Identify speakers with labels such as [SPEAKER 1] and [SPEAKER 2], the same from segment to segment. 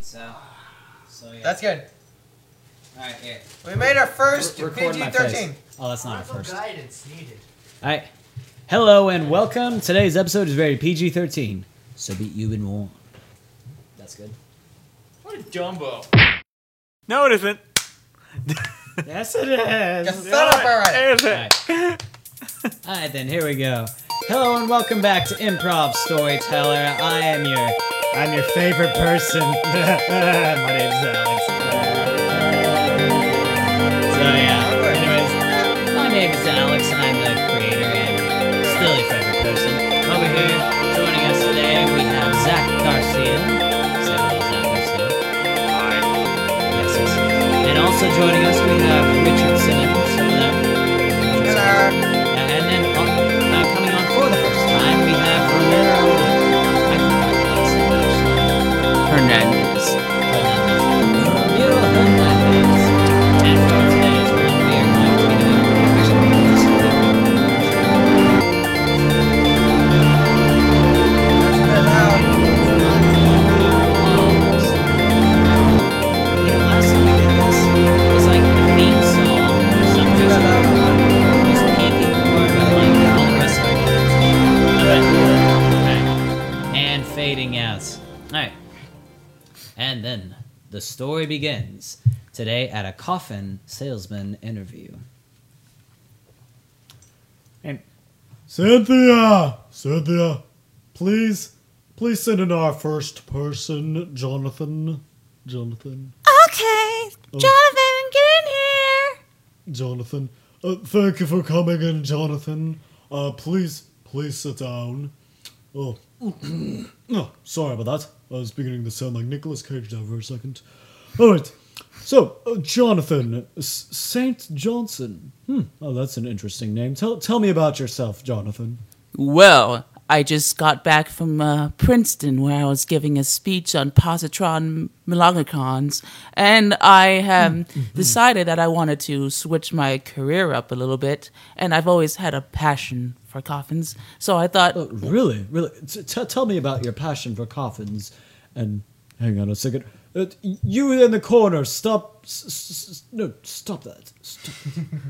[SPEAKER 1] So, so yeah.
[SPEAKER 2] That's good.
[SPEAKER 1] All right, here.
[SPEAKER 2] We made our first
[SPEAKER 3] Re- record
[SPEAKER 2] PG
[SPEAKER 3] my
[SPEAKER 2] thirteen.
[SPEAKER 3] face. Oh, that's not a
[SPEAKER 4] Parental
[SPEAKER 3] first. All
[SPEAKER 4] guidance needed.
[SPEAKER 3] right. Hello and welcome. Today's episode is very PG 13. So be you and warned. That's good.
[SPEAKER 5] What a Dumbo.
[SPEAKER 6] No, it isn't.
[SPEAKER 3] Yes, it is.
[SPEAKER 2] Just set up already.
[SPEAKER 6] It isn't.
[SPEAKER 3] Alright. Alright then, here we go. Hello and welcome back to Improv Storyteller. I am your I'm your favorite person. My name's Alex. So yeah. Anyways, my name is Alex and I'm the creator and still your favorite person. Over here, joining us today we have Zach Garcia. Say hello, Zach Garcia. Yes, yes. And also joining us we have Richard Simmons. Hello.
[SPEAKER 2] Gonna-
[SPEAKER 3] And then uh, uh, coming on for the first time, we have Romero I don't know how to pronounce that actually.
[SPEAKER 7] Hernandez.
[SPEAKER 3] Romero Hernandez. And for today's one, we are going to be doing a provision of this
[SPEAKER 2] Loud.
[SPEAKER 3] You know, last time we did this, it was like the theme song or something. So it was peaking more of like all the rest of it. Alright. Alright. And fading out. Alright. And then the story begins today at a coffin salesman interview.
[SPEAKER 8] Cynthia! Cynthia, please, please send in our first person, Jonathan. Jonathan. Uh,
[SPEAKER 9] Okay, Jonathan, get in here.
[SPEAKER 8] Jonathan. Uh, thank you for coming in, Jonathan. Uh, please, please sit down. Oh, oh sorry about that. I was beginning to sound like Nicolas Cage there for a second. All right. So, uh, Jonathan S- Saint Johnson. Hmm. Oh, that's an interesting name. Tell tell me about yourself, Jonathan.
[SPEAKER 7] Well, I just got back from uh, Princeton where I was giving a speech on positron melanchicons, and I have
[SPEAKER 8] Mm-hmm.
[SPEAKER 7] decided that I wanted to switch my career up a little bit, and I've always had a passion for coffins, so I thought,
[SPEAKER 8] Uh, really, really. T- t- tell me about your passion for coffins. And hang on a second. Uh, you in the corner. Stop. S- s- s- no, stop that. Stop.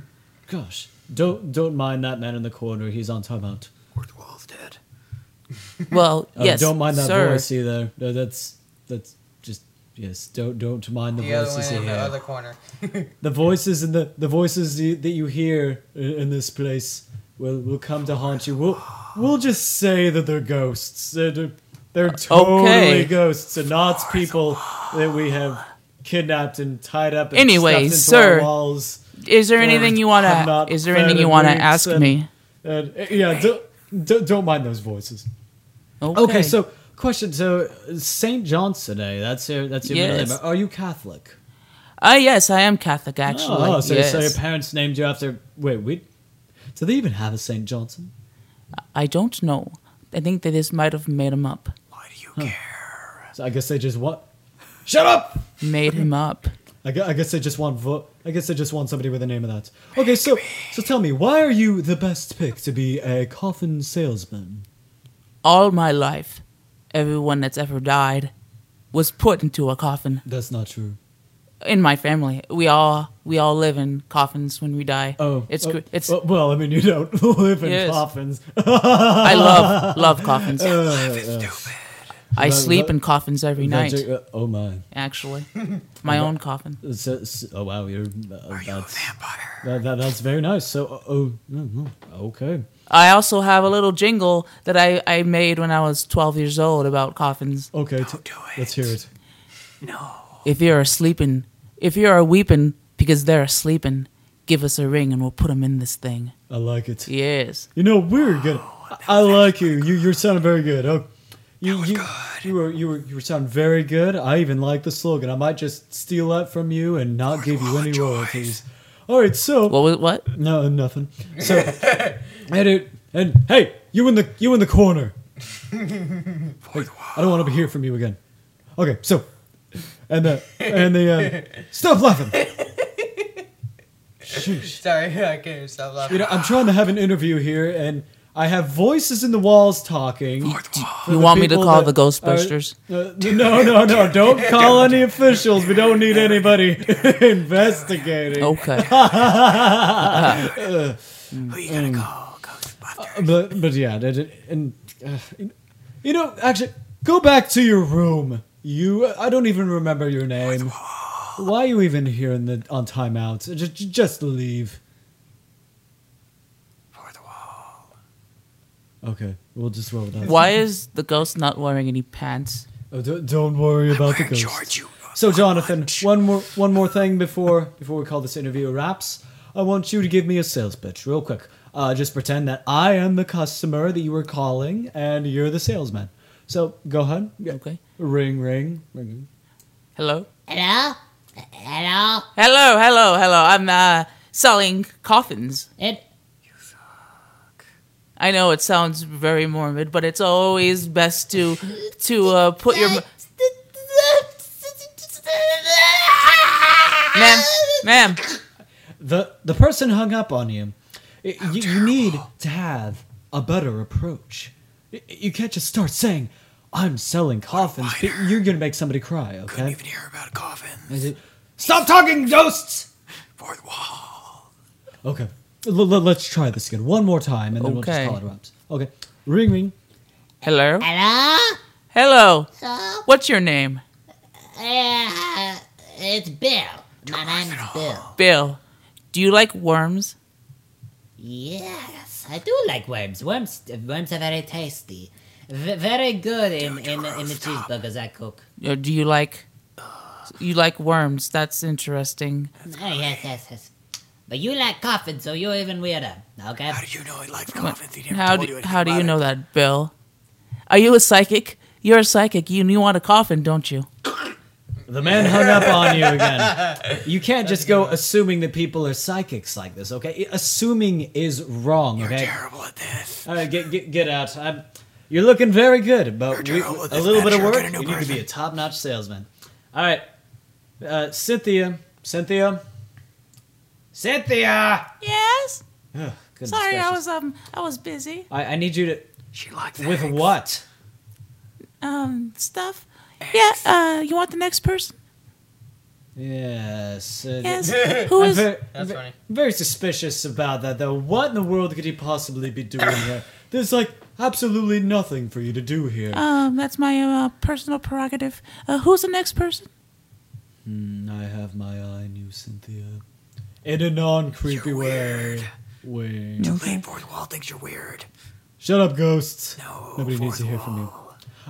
[SPEAKER 8] Gosh, don't don't mind that man in the corner. He's on timeout.
[SPEAKER 7] well,
[SPEAKER 8] Uh,
[SPEAKER 7] yes,
[SPEAKER 8] don't mind that
[SPEAKER 7] sir.
[SPEAKER 8] voice either. No, that's that's just yes. Don't don't mind the,
[SPEAKER 2] The other
[SPEAKER 8] voices
[SPEAKER 2] one in the
[SPEAKER 8] here.
[SPEAKER 2] other corner.
[SPEAKER 8] the voices and the the voices you, that you hear i- in this place will will come to haunt you. We'll we'll just say that they're ghosts. They're, they're- they're totally
[SPEAKER 7] Uh, Okay.
[SPEAKER 8] ghosts and not people that we have kidnapped and tied up. And
[SPEAKER 7] Anyway,
[SPEAKER 8] stuffed into
[SPEAKER 7] sir.
[SPEAKER 8] our walls.
[SPEAKER 7] Is there
[SPEAKER 8] Uh,
[SPEAKER 7] anything you
[SPEAKER 8] I'm
[SPEAKER 7] wanna?
[SPEAKER 8] not
[SPEAKER 7] Is there
[SPEAKER 8] fed
[SPEAKER 7] anything
[SPEAKER 8] and
[SPEAKER 7] you wanna
[SPEAKER 8] boots
[SPEAKER 7] ask
[SPEAKER 8] and-
[SPEAKER 7] me?
[SPEAKER 8] And, uh, yeah, don't, don't don't mind those voices.
[SPEAKER 7] Okay.
[SPEAKER 3] Okay, so question. So St. John's today.
[SPEAKER 8] eh?
[SPEAKER 3] That's your that's your middle
[SPEAKER 7] Yes.
[SPEAKER 3] name. Are you Catholic?
[SPEAKER 7] Ah, yes, I am Catholic. Actually,
[SPEAKER 3] Oh, so,
[SPEAKER 7] yes.
[SPEAKER 3] so your parents named you after. Wait, we. Do they even have a St. Johnson?
[SPEAKER 7] I don't know. I think they just might have made him up.
[SPEAKER 8] So I guess they just want. Shut up!
[SPEAKER 7] Made him up.
[SPEAKER 8] I gue- I guess, they just want vo- I guess they just want somebody with the name of that. Okay, so so tell me, why are you the best pick to be a coffin salesman?
[SPEAKER 7] all my life, everyone that's ever died was put into a coffin.
[SPEAKER 8] That's not true.
[SPEAKER 7] In my family, we all we all live in coffins when we die.
[SPEAKER 8] Oh,
[SPEAKER 7] it's
[SPEAKER 8] oh,
[SPEAKER 7] cr- it's
[SPEAKER 8] oh, well, I mean, you don't live in
[SPEAKER 7] Yes.
[SPEAKER 8] coffins.
[SPEAKER 7] I love love coffins.
[SPEAKER 8] Uh,
[SPEAKER 7] I
[SPEAKER 8] that-
[SPEAKER 7] sleep
[SPEAKER 8] that-
[SPEAKER 7] in coffins every night.
[SPEAKER 8] Roger, uh, oh my!
[SPEAKER 7] Actually, my own coffin.
[SPEAKER 8] So, so- oh wow, you're. Uh, Are you a vampire? That, that, that's very nice. So, uh, oh, mm, mm, okay.
[SPEAKER 7] I also have a little jingle that I I made when I was 12 years old about coffins.
[SPEAKER 8] Okay, t- let's hear it.
[SPEAKER 7] If you're a sleeping, if you're a weeping because they're a sleeping, give us a ring and we'll put them in this thing.
[SPEAKER 8] I like it.
[SPEAKER 7] Yes.
[SPEAKER 8] You know, we're good. I- I like you. You you're sounding very good. Oh, you you you were you were you were sounding very good. I even like the slogan. I might just steal that from you and not give you any royalties. All right, so
[SPEAKER 7] What was what?
[SPEAKER 8] no nothing. So and it and hey, you in the you in the corner. Hey, I don't want to hear from you again. Okay, so and the and the uh, stop laughing. Sheesh.
[SPEAKER 2] Sorry, I can't even stop laughing.
[SPEAKER 8] You know, I'm trying to have an interview here, and I have voices in the walls talking. for
[SPEAKER 9] You
[SPEAKER 8] the
[SPEAKER 9] want me to
[SPEAKER 8] people
[SPEAKER 9] call
[SPEAKER 8] that
[SPEAKER 9] the
[SPEAKER 8] are-
[SPEAKER 9] Ghostbusters?
[SPEAKER 8] uh, no, no, no! Don't call any officials. We don't need anybody investigating.
[SPEAKER 9] Okay.
[SPEAKER 8] Uh, But but yeah, that- that- and uh, you know, actually, go back to your room. You, I don't even remember your name. Why are you even here in the on timeout? Just just leave. Okay, we'll just roll with that.
[SPEAKER 9] Why is the ghost not wearing any pants?
[SPEAKER 8] Oh, don't, don't worry about the ghost. so, Jonathan, one more one more thing before before we call this interview a wraps. I want you to give me a sales pitch, real quick. Uh, just pretend that I am the customer that you were calling, and you're the salesman. So go ahead. Yeah.
[SPEAKER 9] Okay.
[SPEAKER 8] Ring, ring, ring.
[SPEAKER 9] Hello?
[SPEAKER 3] Hello? Hello?
[SPEAKER 9] Hello, hello, hello. I'm uh, selling coffins.
[SPEAKER 3] It,
[SPEAKER 9] I know it sounds very morbid, but it's always best to to uh, put your ma'am, ma'am.
[SPEAKER 8] The the person hung up on you. I- You, you need to have a better approach. Y- You can't just start saying, "I'm selling coffins." but You're gonna make somebody cry. Okay.
[SPEAKER 6] hear about coffins.
[SPEAKER 8] Is it- Stop talking, ghosts!
[SPEAKER 6] Fourth wall.
[SPEAKER 8] Okay. L- l- let's try this again one more time and then we'll just
[SPEAKER 9] Okay.
[SPEAKER 8] call it wraps. Okay. Ring, ring.
[SPEAKER 9] Hello,
[SPEAKER 3] hello?
[SPEAKER 9] hello.
[SPEAKER 3] So,
[SPEAKER 9] What's your name?
[SPEAKER 3] uh, it's Bill. My name's Bill.
[SPEAKER 9] Bill. Do you like worms?
[SPEAKER 3] Yes, I do like worms. Worms, worms are very tasty. V- very good in, in, in the cheeseburgers I cook.
[SPEAKER 9] Or do you like you like worms? That's interesting.
[SPEAKER 3] Oh, yes, yes, yes. But you like coffin, so you're even weirder. Okay?
[SPEAKER 6] How do you know I like coffins? He never
[SPEAKER 9] How
[SPEAKER 6] told you
[SPEAKER 9] do,
[SPEAKER 6] anything
[SPEAKER 9] how do you
[SPEAKER 6] about
[SPEAKER 9] know that, Bill? Are you a psychic? You're a psychic. You you want a coffin, don't you?
[SPEAKER 8] The man hung up on you again. You can't just go assuming that people are psychics like this, okay? I- Assuming is wrong,
[SPEAKER 6] it.
[SPEAKER 8] okay?
[SPEAKER 6] You're terrible at this.
[SPEAKER 8] All right, get, get, get out. I'm, you're looking very good, but
[SPEAKER 6] You're
[SPEAKER 8] we-
[SPEAKER 6] terrible at
[SPEAKER 8] a
[SPEAKER 6] this,
[SPEAKER 8] little bit of
[SPEAKER 6] Matt. You're
[SPEAKER 8] work,
[SPEAKER 6] getting a
[SPEAKER 8] you
[SPEAKER 6] new
[SPEAKER 8] need to be
[SPEAKER 6] person.
[SPEAKER 8] a top notch salesman. All right. Uh, Cynthia. Cynthia. Cynthia!
[SPEAKER 9] Yes.
[SPEAKER 8] Ugh, goodness
[SPEAKER 9] Sorry, I
[SPEAKER 8] gracious.
[SPEAKER 9] was um I was busy.
[SPEAKER 8] I, I need you to.
[SPEAKER 6] She likes
[SPEAKER 8] With
[SPEAKER 6] eggs.
[SPEAKER 8] what?
[SPEAKER 9] Um stuff. Yeah, uh you want the next person?
[SPEAKER 8] Yes. uh,
[SPEAKER 9] Yes. Who
[SPEAKER 8] I'm
[SPEAKER 9] is
[SPEAKER 8] very,
[SPEAKER 5] That's
[SPEAKER 8] ve-
[SPEAKER 5] funny.
[SPEAKER 8] very suspicious about that, though. What in the world could he possibly be doing here? There's like absolutely nothing for you to do here.
[SPEAKER 9] um that's my uh, personal prerogative. Uh, who's the next person?
[SPEAKER 8] Hmm, I have my eye on you, Cynthia. In a non creepy way. Wait.
[SPEAKER 6] Late fourth wall thinks you're weird.
[SPEAKER 8] Shut up, ghosts.
[SPEAKER 6] No,
[SPEAKER 8] Nobody
[SPEAKER 6] fourth
[SPEAKER 8] needs to hear from you.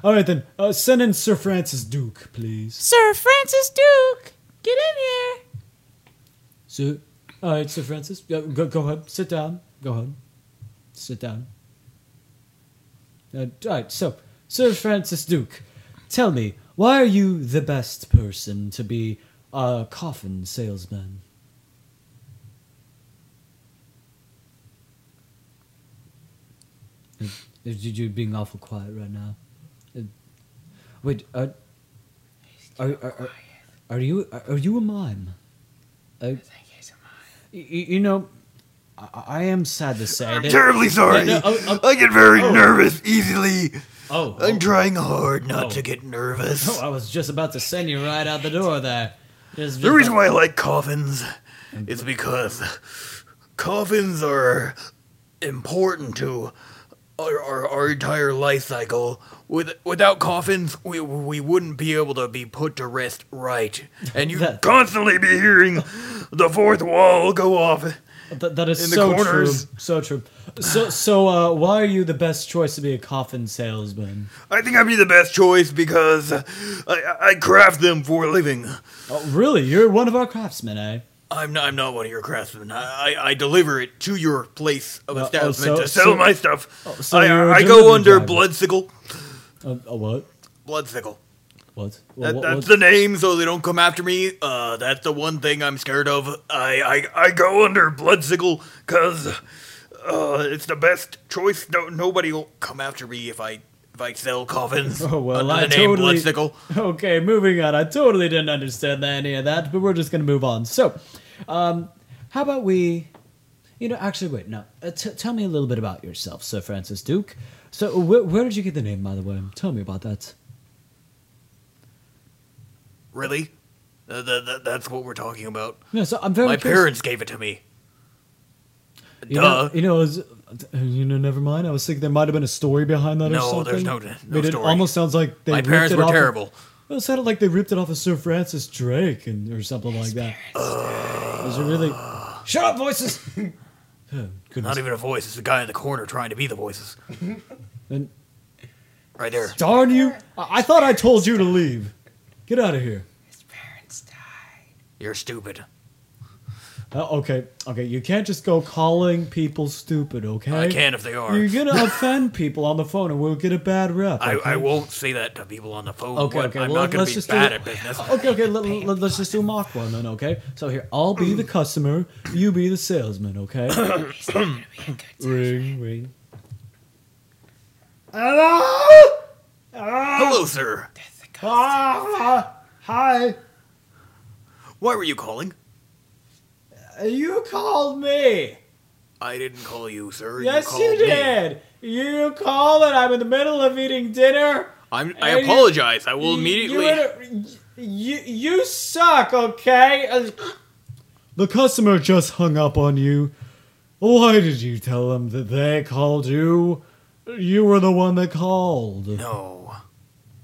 [SPEAKER 8] All right, then. Uh, send in Sir Francis Duke, please.
[SPEAKER 9] Sir Francis Duke. Get in here.
[SPEAKER 8] Sir. All right, Sir Francis. Yeah, go, go ahead. Sit down. Go ahead. Sit down. Uh, all right, so, Sir Francis Duke, tell me, why are you the best person to be a coffin salesman? Uh, uh, You're being awful quiet right now. Uh, Wait, are, are, are, are, are you are are you a mime? Uh, Y- y- you know, I, I am sad to say
[SPEAKER 6] I'm
[SPEAKER 8] that.
[SPEAKER 6] terribly sorry.
[SPEAKER 8] No, oh, oh,
[SPEAKER 6] I get very
[SPEAKER 8] oh.
[SPEAKER 6] nervous easily.
[SPEAKER 8] oh,
[SPEAKER 6] I'm
[SPEAKER 8] oh,
[SPEAKER 6] trying hard not
[SPEAKER 8] Oh.
[SPEAKER 6] to get nervous.
[SPEAKER 8] oh, I was just about to send you right out the door there. Just,
[SPEAKER 6] The reason why I like coffins is because coffins are important to our, our, our entire life cycle. With, without coffins, we, we wouldn't be able to be put to rest right. And you
[SPEAKER 8] That-
[SPEAKER 6] constantly be hearing the fourth wall go off.
[SPEAKER 8] Th- that is
[SPEAKER 6] in the
[SPEAKER 8] so true.
[SPEAKER 6] corners.
[SPEAKER 8] So true. So, so uh, why are you the best choice to be a coffin salesman?
[SPEAKER 6] I think I'd be the best choice because I, I, I craft them for a living.
[SPEAKER 8] Oh, really? You're one of our craftsmen, eh?
[SPEAKER 6] I'm not, I'm not one of your craftsmen. I, I, I deliver it to your place of
[SPEAKER 8] Uh, oh,
[SPEAKER 6] establishment
[SPEAKER 8] so-
[SPEAKER 6] to sell
[SPEAKER 8] so- oh,
[SPEAKER 6] my stuff.
[SPEAKER 8] so
[SPEAKER 6] I,
[SPEAKER 8] you're a
[SPEAKER 6] I, I
[SPEAKER 8] delivery
[SPEAKER 6] go under
[SPEAKER 8] driver.
[SPEAKER 6] Bloodsickle.
[SPEAKER 8] Uh, uh, what?
[SPEAKER 6] Bloodsickle.
[SPEAKER 8] What?
[SPEAKER 6] That,
[SPEAKER 8] what,
[SPEAKER 6] that's
[SPEAKER 8] what?
[SPEAKER 6] the name, so they don't come after me. Uh, that's the one thing I'm scared of. I, I, I go under Bloodsickle because uh, it's the best choice. No, nobody will come after me if I if I sell coffins.
[SPEAKER 8] Oh, well,
[SPEAKER 6] under
[SPEAKER 8] I
[SPEAKER 6] the name
[SPEAKER 8] totally-
[SPEAKER 6] Bloodsickle.
[SPEAKER 8] Okay, moving on. I totally didn't understand any of that, but we're just gonna move on. So, um, how about we You know, actually, wait. No, uh, t- tell me a little bit about yourself, Sir Francis Duke. So, where, where did you get the name, by the way? Tell me about that.
[SPEAKER 6] Really? Th- th- th- that's what we're talking about.
[SPEAKER 8] Yeah, so I'm very
[SPEAKER 6] My
[SPEAKER 8] curious-
[SPEAKER 6] parents gave it to me.
[SPEAKER 8] You know, you know, it was, you know. Never mind. I was thinking there might have been a story behind that or
[SPEAKER 6] No,
[SPEAKER 8] something.
[SPEAKER 6] there's no- no
[SPEAKER 8] But it
[SPEAKER 6] story.
[SPEAKER 8] almost sounds like they
[SPEAKER 6] My
[SPEAKER 8] ripped
[SPEAKER 6] parents
[SPEAKER 8] it
[SPEAKER 6] were
[SPEAKER 8] off of-
[SPEAKER 6] terrible.
[SPEAKER 8] well, it sounded like they ripped it off of Sir Francis Drake and or something like that. It was really? Shut up, voices. Oh,
[SPEAKER 6] Not even a voice. It's the guy in the corner trying to be the voices.
[SPEAKER 8] And-
[SPEAKER 6] right there.
[SPEAKER 8] Darn you! I, I thought I told you to leave. Get out of here.
[SPEAKER 6] You're stupid.
[SPEAKER 8] Uh, okay, okay. You can't just go calling people stupid. Okay.
[SPEAKER 6] I can if they are.
[SPEAKER 8] You're gonna offend people on the phone, and we'll get a bad rep.
[SPEAKER 6] I,
[SPEAKER 8] okay?
[SPEAKER 6] I won't say that to people on the phone.
[SPEAKER 8] Okay,
[SPEAKER 6] What-
[SPEAKER 8] okay.
[SPEAKER 6] I'm
[SPEAKER 8] well,
[SPEAKER 6] not going
[SPEAKER 8] let's
[SPEAKER 6] to be
[SPEAKER 8] just
[SPEAKER 6] bad
[SPEAKER 8] do,
[SPEAKER 6] at business.
[SPEAKER 8] Okay, okay. Let, us just do a mock one then. Okay. So here, I'll be the customer. You be the salesman. Okay. ring, ring.
[SPEAKER 2] Hello?
[SPEAKER 6] Hello, sir.
[SPEAKER 2] Ah, hi.
[SPEAKER 6] Why were you calling?
[SPEAKER 2] You called me.
[SPEAKER 6] I didn't call you, sir.
[SPEAKER 2] Yes,
[SPEAKER 6] called
[SPEAKER 2] you
[SPEAKER 6] me.
[SPEAKER 2] did. You called, and I'm in the middle of eating dinner.
[SPEAKER 6] I'm, I
[SPEAKER 2] And you-
[SPEAKER 6] apologize. I will
[SPEAKER 2] You-
[SPEAKER 6] immediately.
[SPEAKER 2] You, inter- you, you suck, okay? Uh,
[SPEAKER 8] The customer just hung up on you. Why did you tell them that they called you? You were the one that called.
[SPEAKER 6] No.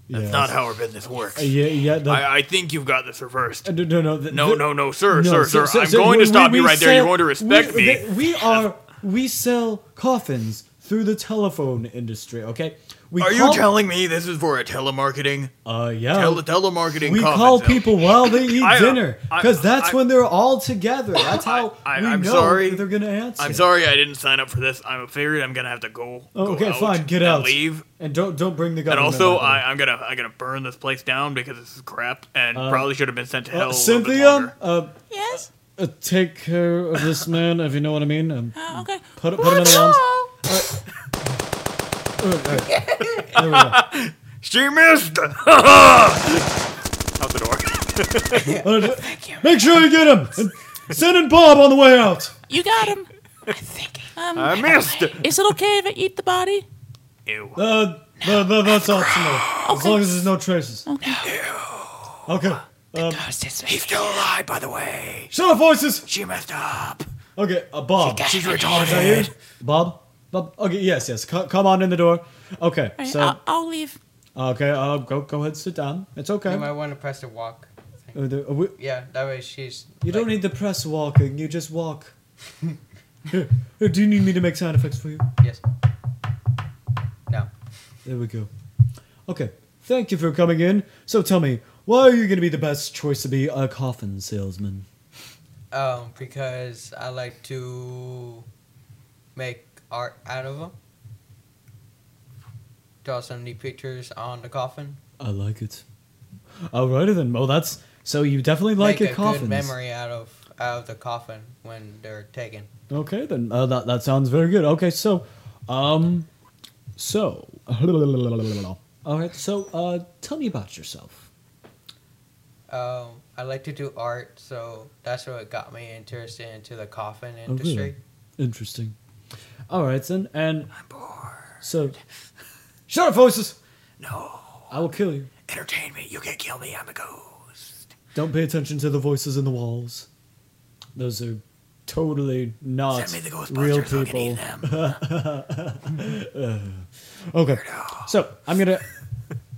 [SPEAKER 6] That's
[SPEAKER 8] Yes.
[SPEAKER 6] not how our business works.
[SPEAKER 8] Uh, yeah, yeah, that-
[SPEAKER 6] I, I think you've got this reversed.
[SPEAKER 8] Uh, No, no, no, th-
[SPEAKER 6] No,
[SPEAKER 8] th-
[SPEAKER 6] no, no, sir,
[SPEAKER 8] no,
[SPEAKER 6] sir, sir, I'm going to
[SPEAKER 8] we-
[SPEAKER 6] stop
[SPEAKER 8] we-
[SPEAKER 6] you
[SPEAKER 8] we
[SPEAKER 6] right there. You're
[SPEAKER 8] sell-
[SPEAKER 6] going to respect
[SPEAKER 8] we,
[SPEAKER 6] me.
[SPEAKER 8] th- we are we sell coffins through the telephone industry. Okay, we
[SPEAKER 6] Are
[SPEAKER 8] call-
[SPEAKER 6] you telling me this is for a telemarketing?
[SPEAKER 8] Uh, yeah.
[SPEAKER 6] Tele- telemarketing.
[SPEAKER 8] We
[SPEAKER 6] coffin
[SPEAKER 8] call
[SPEAKER 6] sale?
[SPEAKER 8] people while they eat
[SPEAKER 6] I, uh,
[SPEAKER 8] dinner
[SPEAKER 6] I-
[SPEAKER 8] because that's
[SPEAKER 6] I-
[SPEAKER 8] when they're all together. That's how
[SPEAKER 6] I,
[SPEAKER 8] we
[SPEAKER 6] am
[SPEAKER 8] know
[SPEAKER 6] sorry.
[SPEAKER 8] that they're gonna answer.
[SPEAKER 6] I'm sorry, I didn't sign up for this. I'm afraid I'm gonna have to go.
[SPEAKER 8] Oh,
[SPEAKER 6] go
[SPEAKER 8] okay,
[SPEAKER 6] out
[SPEAKER 8] fine, get
[SPEAKER 6] and
[SPEAKER 8] out.
[SPEAKER 6] Leave.
[SPEAKER 8] And don't don't bring the
[SPEAKER 6] And
[SPEAKER 8] government.
[SPEAKER 6] also,
[SPEAKER 8] back Uh, in.
[SPEAKER 6] I, I'm gonna I'm gonna burn this place down because this is crap and
[SPEAKER 8] Uh,
[SPEAKER 6] probably should have been sent to
[SPEAKER 8] Uh,
[SPEAKER 6] hell. a little bit longer.
[SPEAKER 8] Cynthia, uh, yes, uh, take care of this man if you know what I mean. Um,
[SPEAKER 9] Oh, okay.
[SPEAKER 8] Put, put him in the arms. Uh, uh, there we go.
[SPEAKER 6] she missed. out the door.
[SPEAKER 8] Uh, d- Make sure you get him. And send in Bob on the way out.
[SPEAKER 9] You got him. I think. Um,
[SPEAKER 6] I missed.
[SPEAKER 9] Is it okay if I eat the body?
[SPEAKER 6] Ew.
[SPEAKER 8] Uh, no, no, that's optional. As long as there's no traces.
[SPEAKER 9] Okay.
[SPEAKER 8] Okay. Um,
[SPEAKER 6] He's still alive, by the way.
[SPEAKER 8] shut up, voices.
[SPEAKER 6] She messed up.
[SPEAKER 8] Okay, uh, Bob.
[SPEAKER 6] She's
[SPEAKER 8] Is that
[SPEAKER 6] retarded.
[SPEAKER 8] you? Bob. Bob. Okay. Yes. Yes. Co- come on in the door. Okay.
[SPEAKER 9] All right,
[SPEAKER 8] So.
[SPEAKER 9] I'll, I'll leave.
[SPEAKER 8] okay. Uh, go. Go ahead. Sit down. It's okay.
[SPEAKER 2] You might want to press the walk.
[SPEAKER 8] Uh, the- uh, we-
[SPEAKER 2] Yeah, that way she's.
[SPEAKER 8] you don't need the press walking. You just walk. Here, here, do you need me to make sound effects for you?
[SPEAKER 2] Yes. No.
[SPEAKER 8] There we go. Okay. Thank you for coming in. So tell me, why are you going to be the best choice to be a coffin salesman?
[SPEAKER 2] Um, because I like to make art out of them. Draw some neat pictures on the coffin.
[SPEAKER 8] I like it. Alrighty then. Well, that's so you definitely like
[SPEAKER 2] make
[SPEAKER 8] your
[SPEAKER 2] a
[SPEAKER 8] coffins.
[SPEAKER 2] good memory out of out of the coffin when they're taken.
[SPEAKER 8] Okay then. Uh, that that sounds very good. Okay, so, um, so, all right. So, uh, tell me about yourself.
[SPEAKER 2] Um, I like to do art, so that's what got me interested into the coffin
[SPEAKER 8] Oh, really?
[SPEAKER 2] industry.
[SPEAKER 8] Interesting. All right then. And I'm bored. So, shut up, voices.
[SPEAKER 6] No.
[SPEAKER 8] I will kill you.
[SPEAKER 6] Entertain me. You can't kill me. I'm a ghost.
[SPEAKER 8] Don't pay attention to the voices in the walls. Those are totally not
[SPEAKER 6] Send me the Ghostbusters,
[SPEAKER 8] real
[SPEAKER 6] I'll get
[SPEAKER 8] people.
[SPEAKER 6] them.
[SPEAKER 8] Uh, okay. So I'm gonna.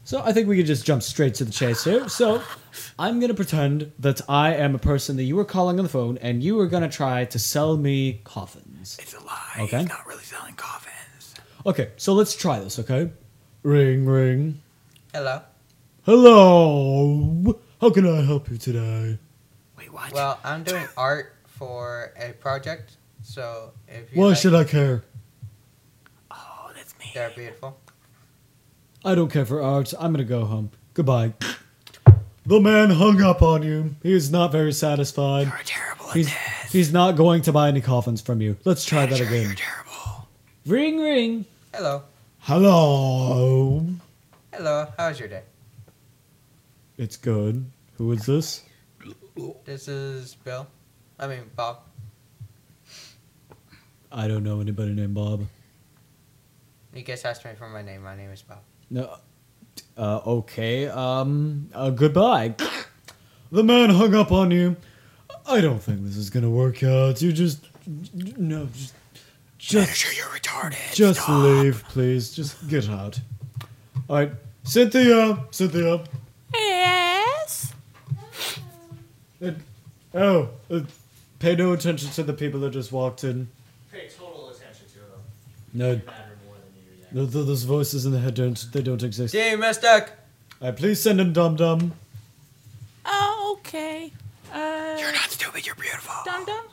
[SPEAKER 8] So I think we could just jump straight to the chase here. So I'm gonna pretend that I am a person that you were calling on the phone, and you were gonna try to sell me coffins.
[SPEAKER 6] It's a lie.
[SPEAKER 8] Okay.
[SPEAKER 6] He's not really selling coffins.
[SPEAKER 8] Okay. So let's try this. Okay. Ring ring.
[SPEAKER 2] Hello.
[SPEAKER 8] Hello. How can I help you today?
[SPEAKER 6] Wait, what?
[SPEAKER 2] Well, I'm doing art for a project, so if you
[SPEAKER 8] Why
[SPEAKER 2] like,
[SPEAKER 8] should I care?
[SPEAKER 6] oh, that's me.
[SPEAKER 2] they're beautiful.
[SPEAKER 8] I don't care for art. I'm gonna go home. Goodbye. The man hung up on you. He is not very satisfied.
[SPEAKER 6] You're terrible at
[SPEAKER 8] He's
[SPEAKER 6] this.
[SPEAKER 8] he's not going to buy any coffins from you. Let's try that
[SPEAKER 6] Sure, You're
[SPEAKER 8] again.
[SPEAKER 6] terrible.
[SPEAKER 8] Ring ring.
[SPEAKER 2] Hello.
[SPEAKER 8] Hello.
[SPEAKER 2] Hello. How's your day?
[SPEAKER 8] It's good. Who is this?
[SPEAKER 2] This is Bill. I mean Bob.
[SPEAKER 10] I don't know anybody named Bob.
[SPEAKER 2] You guys asked me for my name. My name is Bob.
[SPEAKER 10] No. Uh, okay. Um. Uh, goodbye.
[SPEAKER 8] The man hung up on you. I don't think this is gonna work out. You just no, just just
[SPEAKER 6] sure you're retarded.
[SPEAKER 8] Just leave, please. Just get out. All right, Cynthia, Cynthia.
[SPEAKER 7] Yes.
[SPEAKER 8] Uh, oh, uh, pay no attention to the people that just walked in.
[SPEAKER 11] Pay total attention to them.
[SPEAKER 8] No, Th- th- those voices in the head don't they don't exist.
[SPEAKER 2] Gee, Mystic.
[SPEAKER 8] All right, please send him dum dum.
[SPEAKER 7] Oh, okay. Uh,
[SPEAKER 6] you're not stupid. You're beautiful.
[SPEAKER 7] Dum dum.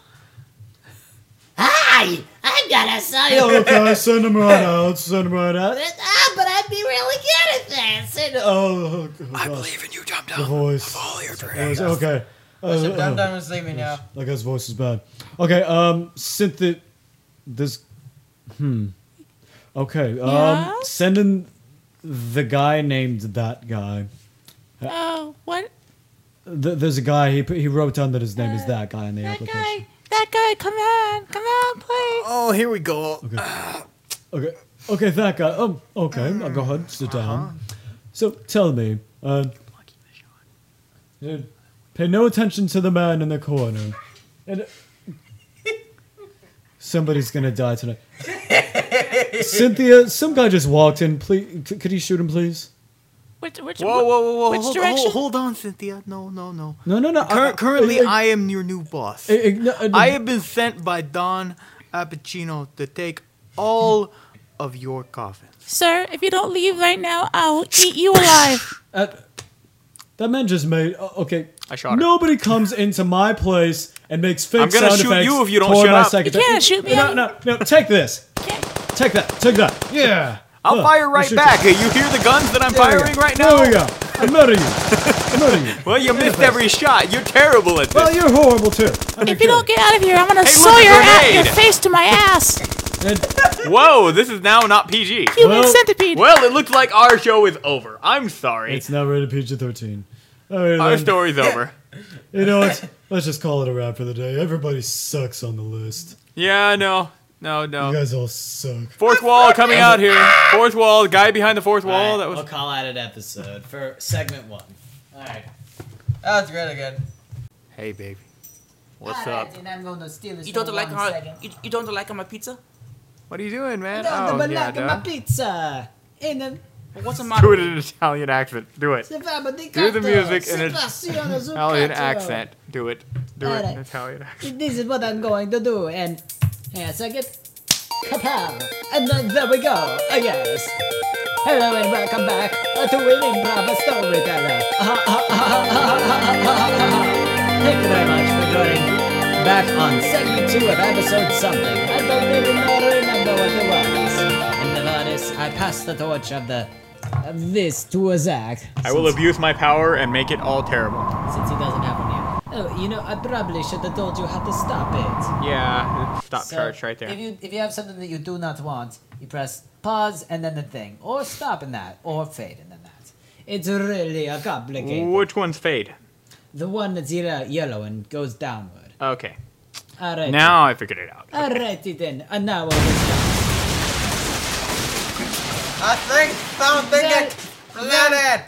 [SPEAKER 3] Hi! I'm gonna sell you.
[SPEAKER 8] Yeah, okay, Oh, send him right out. Send him right out.
[SPEAKER 3] Ah, but I'd be really good at this. And,
[SPEAKER 8] Oh, oh
[SPEAKER 6] I
[SPEAKER 8] gosh.
[SPEAKER 6] believe in you, Dum
[SPEAKER 8] The
[SPEAKER 6] Dum.
[SPEAKER 8] voice.
[SPEAKER 6] Follow your
[SPEAKER 8] Yes,
[SPEAKER 6] dreams.
[SPEAKER 8] okay.
[SPEAKER 2] Listen,
[SPEAKER 8] Uh,
[SPEAKER 2] Dum
[SPEAKER 8] uh,
[SPEAKER 2] Dum is leaving now.
[SPEAKER 8] That guy's voice is bad. Okay, um, Cynthia, this, hmm, okay, um,
[SPEAKER 7] Yeah?
[SPEAKER 8] send in the guy named that guy. Uh,
[SPEAKER 7] Oh, what?
[SPEAKER 8] Th- there's a guy he put- he wrote down that his name is that guy in the
[SPEAKER 7] That
[SPEAKER 8] application.
[SPEAKER 7] guy. That guy. Come on. Come on, please.
[SPEAKER 6] Oh, here we go.
[SPEAKER 8] Okay, okay, that guy. Um, okay, I'll go ahead sit down. So tell me, uh, uh, pay no attention to the man in the corner. And somebody's gonna die tonight. Cynthia, some guy just walked in. Please, c- could you shoot him, please?
[SPEAKER 7] Which, which,
[SPEAKER 12] Whoa, whoa, whoa, whoa!
[SPEAKER 7] Which
[SPEAKER 12] hold,
[SPEAKER 7] direction?
[SPEAKER 12] hold, hold on, Cynthia. No, no, no.
[SPEAKER 8] No, no, no. I-
[SPEAKER 12] Cur-
[SPEAKER 8] I-
[SPEAKER 12] currently,
[SPEAKER 8] I-
[SPEAKER 12] I am your new boss.
[SPEAKER 8] I- I- no, I-
[SPEAKER 12] I have been sent by Don Appuccino to take all of your coffins.
[SPEAKER 7] Sir, if you don't leave right now, I'll eat you alive.
[SPEAKER 8] Uh, that man just made. o- okay.
[SPEAKER 12] I shot her.
[SPEAKER 8] Nobody comes into my place and makes fake
[SPEAKER 12] I'm gonna
[SPEAKER 8] sound
[SPEAKER 12] shoot
[SPEAKER 8] effects
[SPEAKER 12] you if you don't
[SPEAKER 8] toward
[SPEAKER 12] shut
[SPEAKER 8] my
[SPEAKER 12] up.
[SPEAKER 8] secretary.
[SPEAKER 7] You can't shoot me.
[SPEAKER 8] No, no, no. Take this. Take that. Take that. Yeah.
[SPEAKER 12] I'll
[SPEAKER 8] Huh.
[SPEAKER 12] fire
[SPEAKER 8] I'll
[SPEAKER 12] right
[SPEAKER 8] shoot you.
[SPEAKER 12] back. You hear the guns that I'm
[SPEAKER 8] There we go.
[SPEAKER 12] firing right now?
[SPEAKER 8] There we go. I murder you. I murder you.
[SPEAKER 12] Well, you missed every shot. You're terrible at this.
[SPEAKER 8] Well, you're horrible too. I'm
[SPEAKER 7] if you don't get out of here, I'm gonna
[SPEAKER 12] Hey,
[SPEAKER 7] sew
[SPEAKER 12] look,
[SPEAKER 7] your, a-
[SPEAKER 12] grenade.
[SPEAKER 7] your face to my ass.
[SPEAKER 12] Whoa, this is now not PG.
[SPEAKER 7] Human
[SPEAKER 8] Well-
[SPEAKER 7] centipede.
[SPEAKER 12] Well, it looks like our show is over. I'm sorry.
[SPEAKER 8] It's now rated PG-13. All right,
[SPEAKER 12] Our
[SPEAKER 8] then.
[SPEAKER 12] story's over.
[SPEAKER 8] You know what? Let's just call it a wrap for the day. Everybody sucks on the list.
[SPEAKER 12] Yeah, no. No,
[SPEAKER 8] You
[SPEAKER 12] no.
[SPEAKER 8] guys all suck.
[SPEAKER 12] Fourth wall coming out here. Fourth wall, the guy behind the fourth wall. That
[SPEAKER 13] I'll
[SPEAKER 12] was
[SPEAKER 13] call out an episode for segment one. All right.
[SPEAKER 2] That was really good.
[SPEAKER 12] Hey baby. What's up?
[SPEAKER 3] And I'm going to steal this
[SPEAKER 9] You don't like how you, you don't like my pizza?
[SPEAKER 12] What are you doing, man?
[SPEAKER 3] Oh,
[SPEAKER 12] Oh, yeah, duh.
[SPEAKER 3] pizza. In the
[SPEAKER 9] What's a
[SPEAKER 12] Do
[SPEAKER 9] model?
[SPEAKER 12] it in an Italian accent. Do it.
[SPEAKER 3] Do
[SPEAKER 12] Do the music in an Italian accent. Do it. Do it in
[SPEAKER 3] Alright.
[SPEAKER 12] Italian accent.
[SPEAKER 3] This is what I'm going to do, and here, second, kapow, and then there we go. Ah, yes. Hello and welcome back uh, to an improv storyteller. Ah, ah, ah, ah, ah, ah, ah, ah, ah. Thank you very much for joining back on segment two of episode something. I don't even know- remember what it was. And the word is, I pass the torch of the of this to Zach.
[SPEAKER 12] I will abuse my power and make it all terrible.
[SPEAKER 3] Since he doesn't have one yet. Oh, you know, I probably should have told you how to stop it.
[SPEAKER 12] Yeah.
[SPEAKER 3] Ah,
[SPEAKER 12] Stop charge right
[SPEAKER 3] If
[SPEAKER 12] there.
[SPEAKER 3] you if you have something that you do not want, you press pause and then the thing, or stop and that, or fade and then that. It's really a complicated.
[SPEAKER 12] Which one's fade?
[SPEAKER 3] The one that's yellow, yellow and goes downward.
[SPEAKER 12] Okay.
[SPEAKER 3] Alright.
[SPEAKER 12] Now I figured it
[SPEAKER 3] Uh,
[SPEAKER 12] out.
[SPEAKER 3] Alrighty then. And now we'll stop.
[SPEAKER 2] I think something
[SPEAKER 3] Val-
[SPEAKER 2] exploded.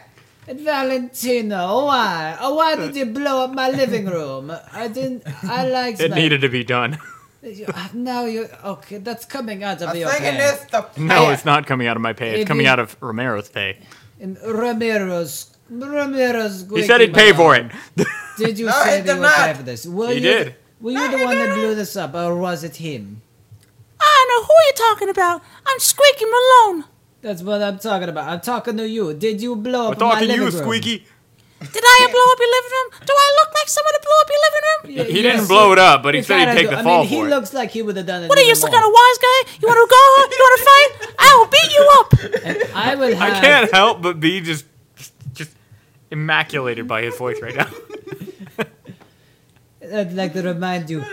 [SPEAKER 3] Valentino, why? Oh, why did you blow up my living room? I didn't. I liked.
[SPEAKER 12] It
[SPEAKER 3] my-
[SPEAKER 12] needed to be done.
[SPEAKER 3] You- ah, Now you okay? That's coming out of
[SPEAKER 2] I
[SPEAKER 3] your
[SPEAKER 2] think it
[SPEAKER 3] hand.
[SPEAKER 2] is the
[SPEAKER 12] No, it's not coming out of my pay.
[SPEAKER 3] If
[SPEAKER 12] It's coming
[SPEAKER 3] you-
[SPEAKER 12] out of Romero's pay.
[SPEAKER 3] And Ramirez. Ramirez.
[SPEAKER 12] He said he'd pay for it.
[SPEAKER 3] Did you
[SPEAKER 2] No,
[SPEAKER 3] say
[SPEAKER 2] he
[SPEAKER 3] they
[SPEAKER 2] did
[SPEAKER 3] were
[SPEAKER 2] not.
[SPEAKER 3] pay for this? Were
[SPEAKER 12] He
[SPEAKER 3] you
[SPEAKER 12] did.
[SPEAKER 3] Were you the one that blew this up, or was it him?
[SPEAKER 7] I know Ah, who you're talking about. I'm Squeaky Malone.
[SPEAKER 3] That's what I'm talking about. I'm talking to you. Did you blow
[SPEAKER 12] We're
[SPEAKER 3] up my
[SPEAKER 12] talking to
[SPEAKER 3] living
[SPEAKER 12] you,
[SPEAKER 3] room?
[SPEAKER 12] Squeaky.
[SPEAKER 7] Did I blow up your living room? Do I look like someone who blew up your living room?
[SPEAKER 3] Yeah,
[SPEAKER 12] He
[SPEAKER 3] yes,
[SPEAKER 12] didn't blow it up, but he
[SPEAKER 3] you
[SPEAKER 12] said he'd
[SPEAKER 3] kinda
[SPEAKER 12] take
[SPEAKER 3] do.
[SPEAKER 12] the
[SPEAKER 3] I
[SPEAKER 12] fall
[SPEAKER 3] mean, he
[SPEAKER 12] for it.
[SPEAKER 3] looks like he would have done it.
[SPEAKER 7] What are you,
[SPEAKER 3] even
[SPEAKER 7] some
[SPEAKER 3] more.
[SPEAKER 7] kind of wise guy? You want to go? You want to fight? I will beat you up.
[SPEAKER 3] I will
[SPEAKER 12] I
[SPEAKER 3] have.
[SPEAKER 12] can't help but be just, just immaculated by his voice right now.
[SPEAKER 3] I'd uh, like to remind you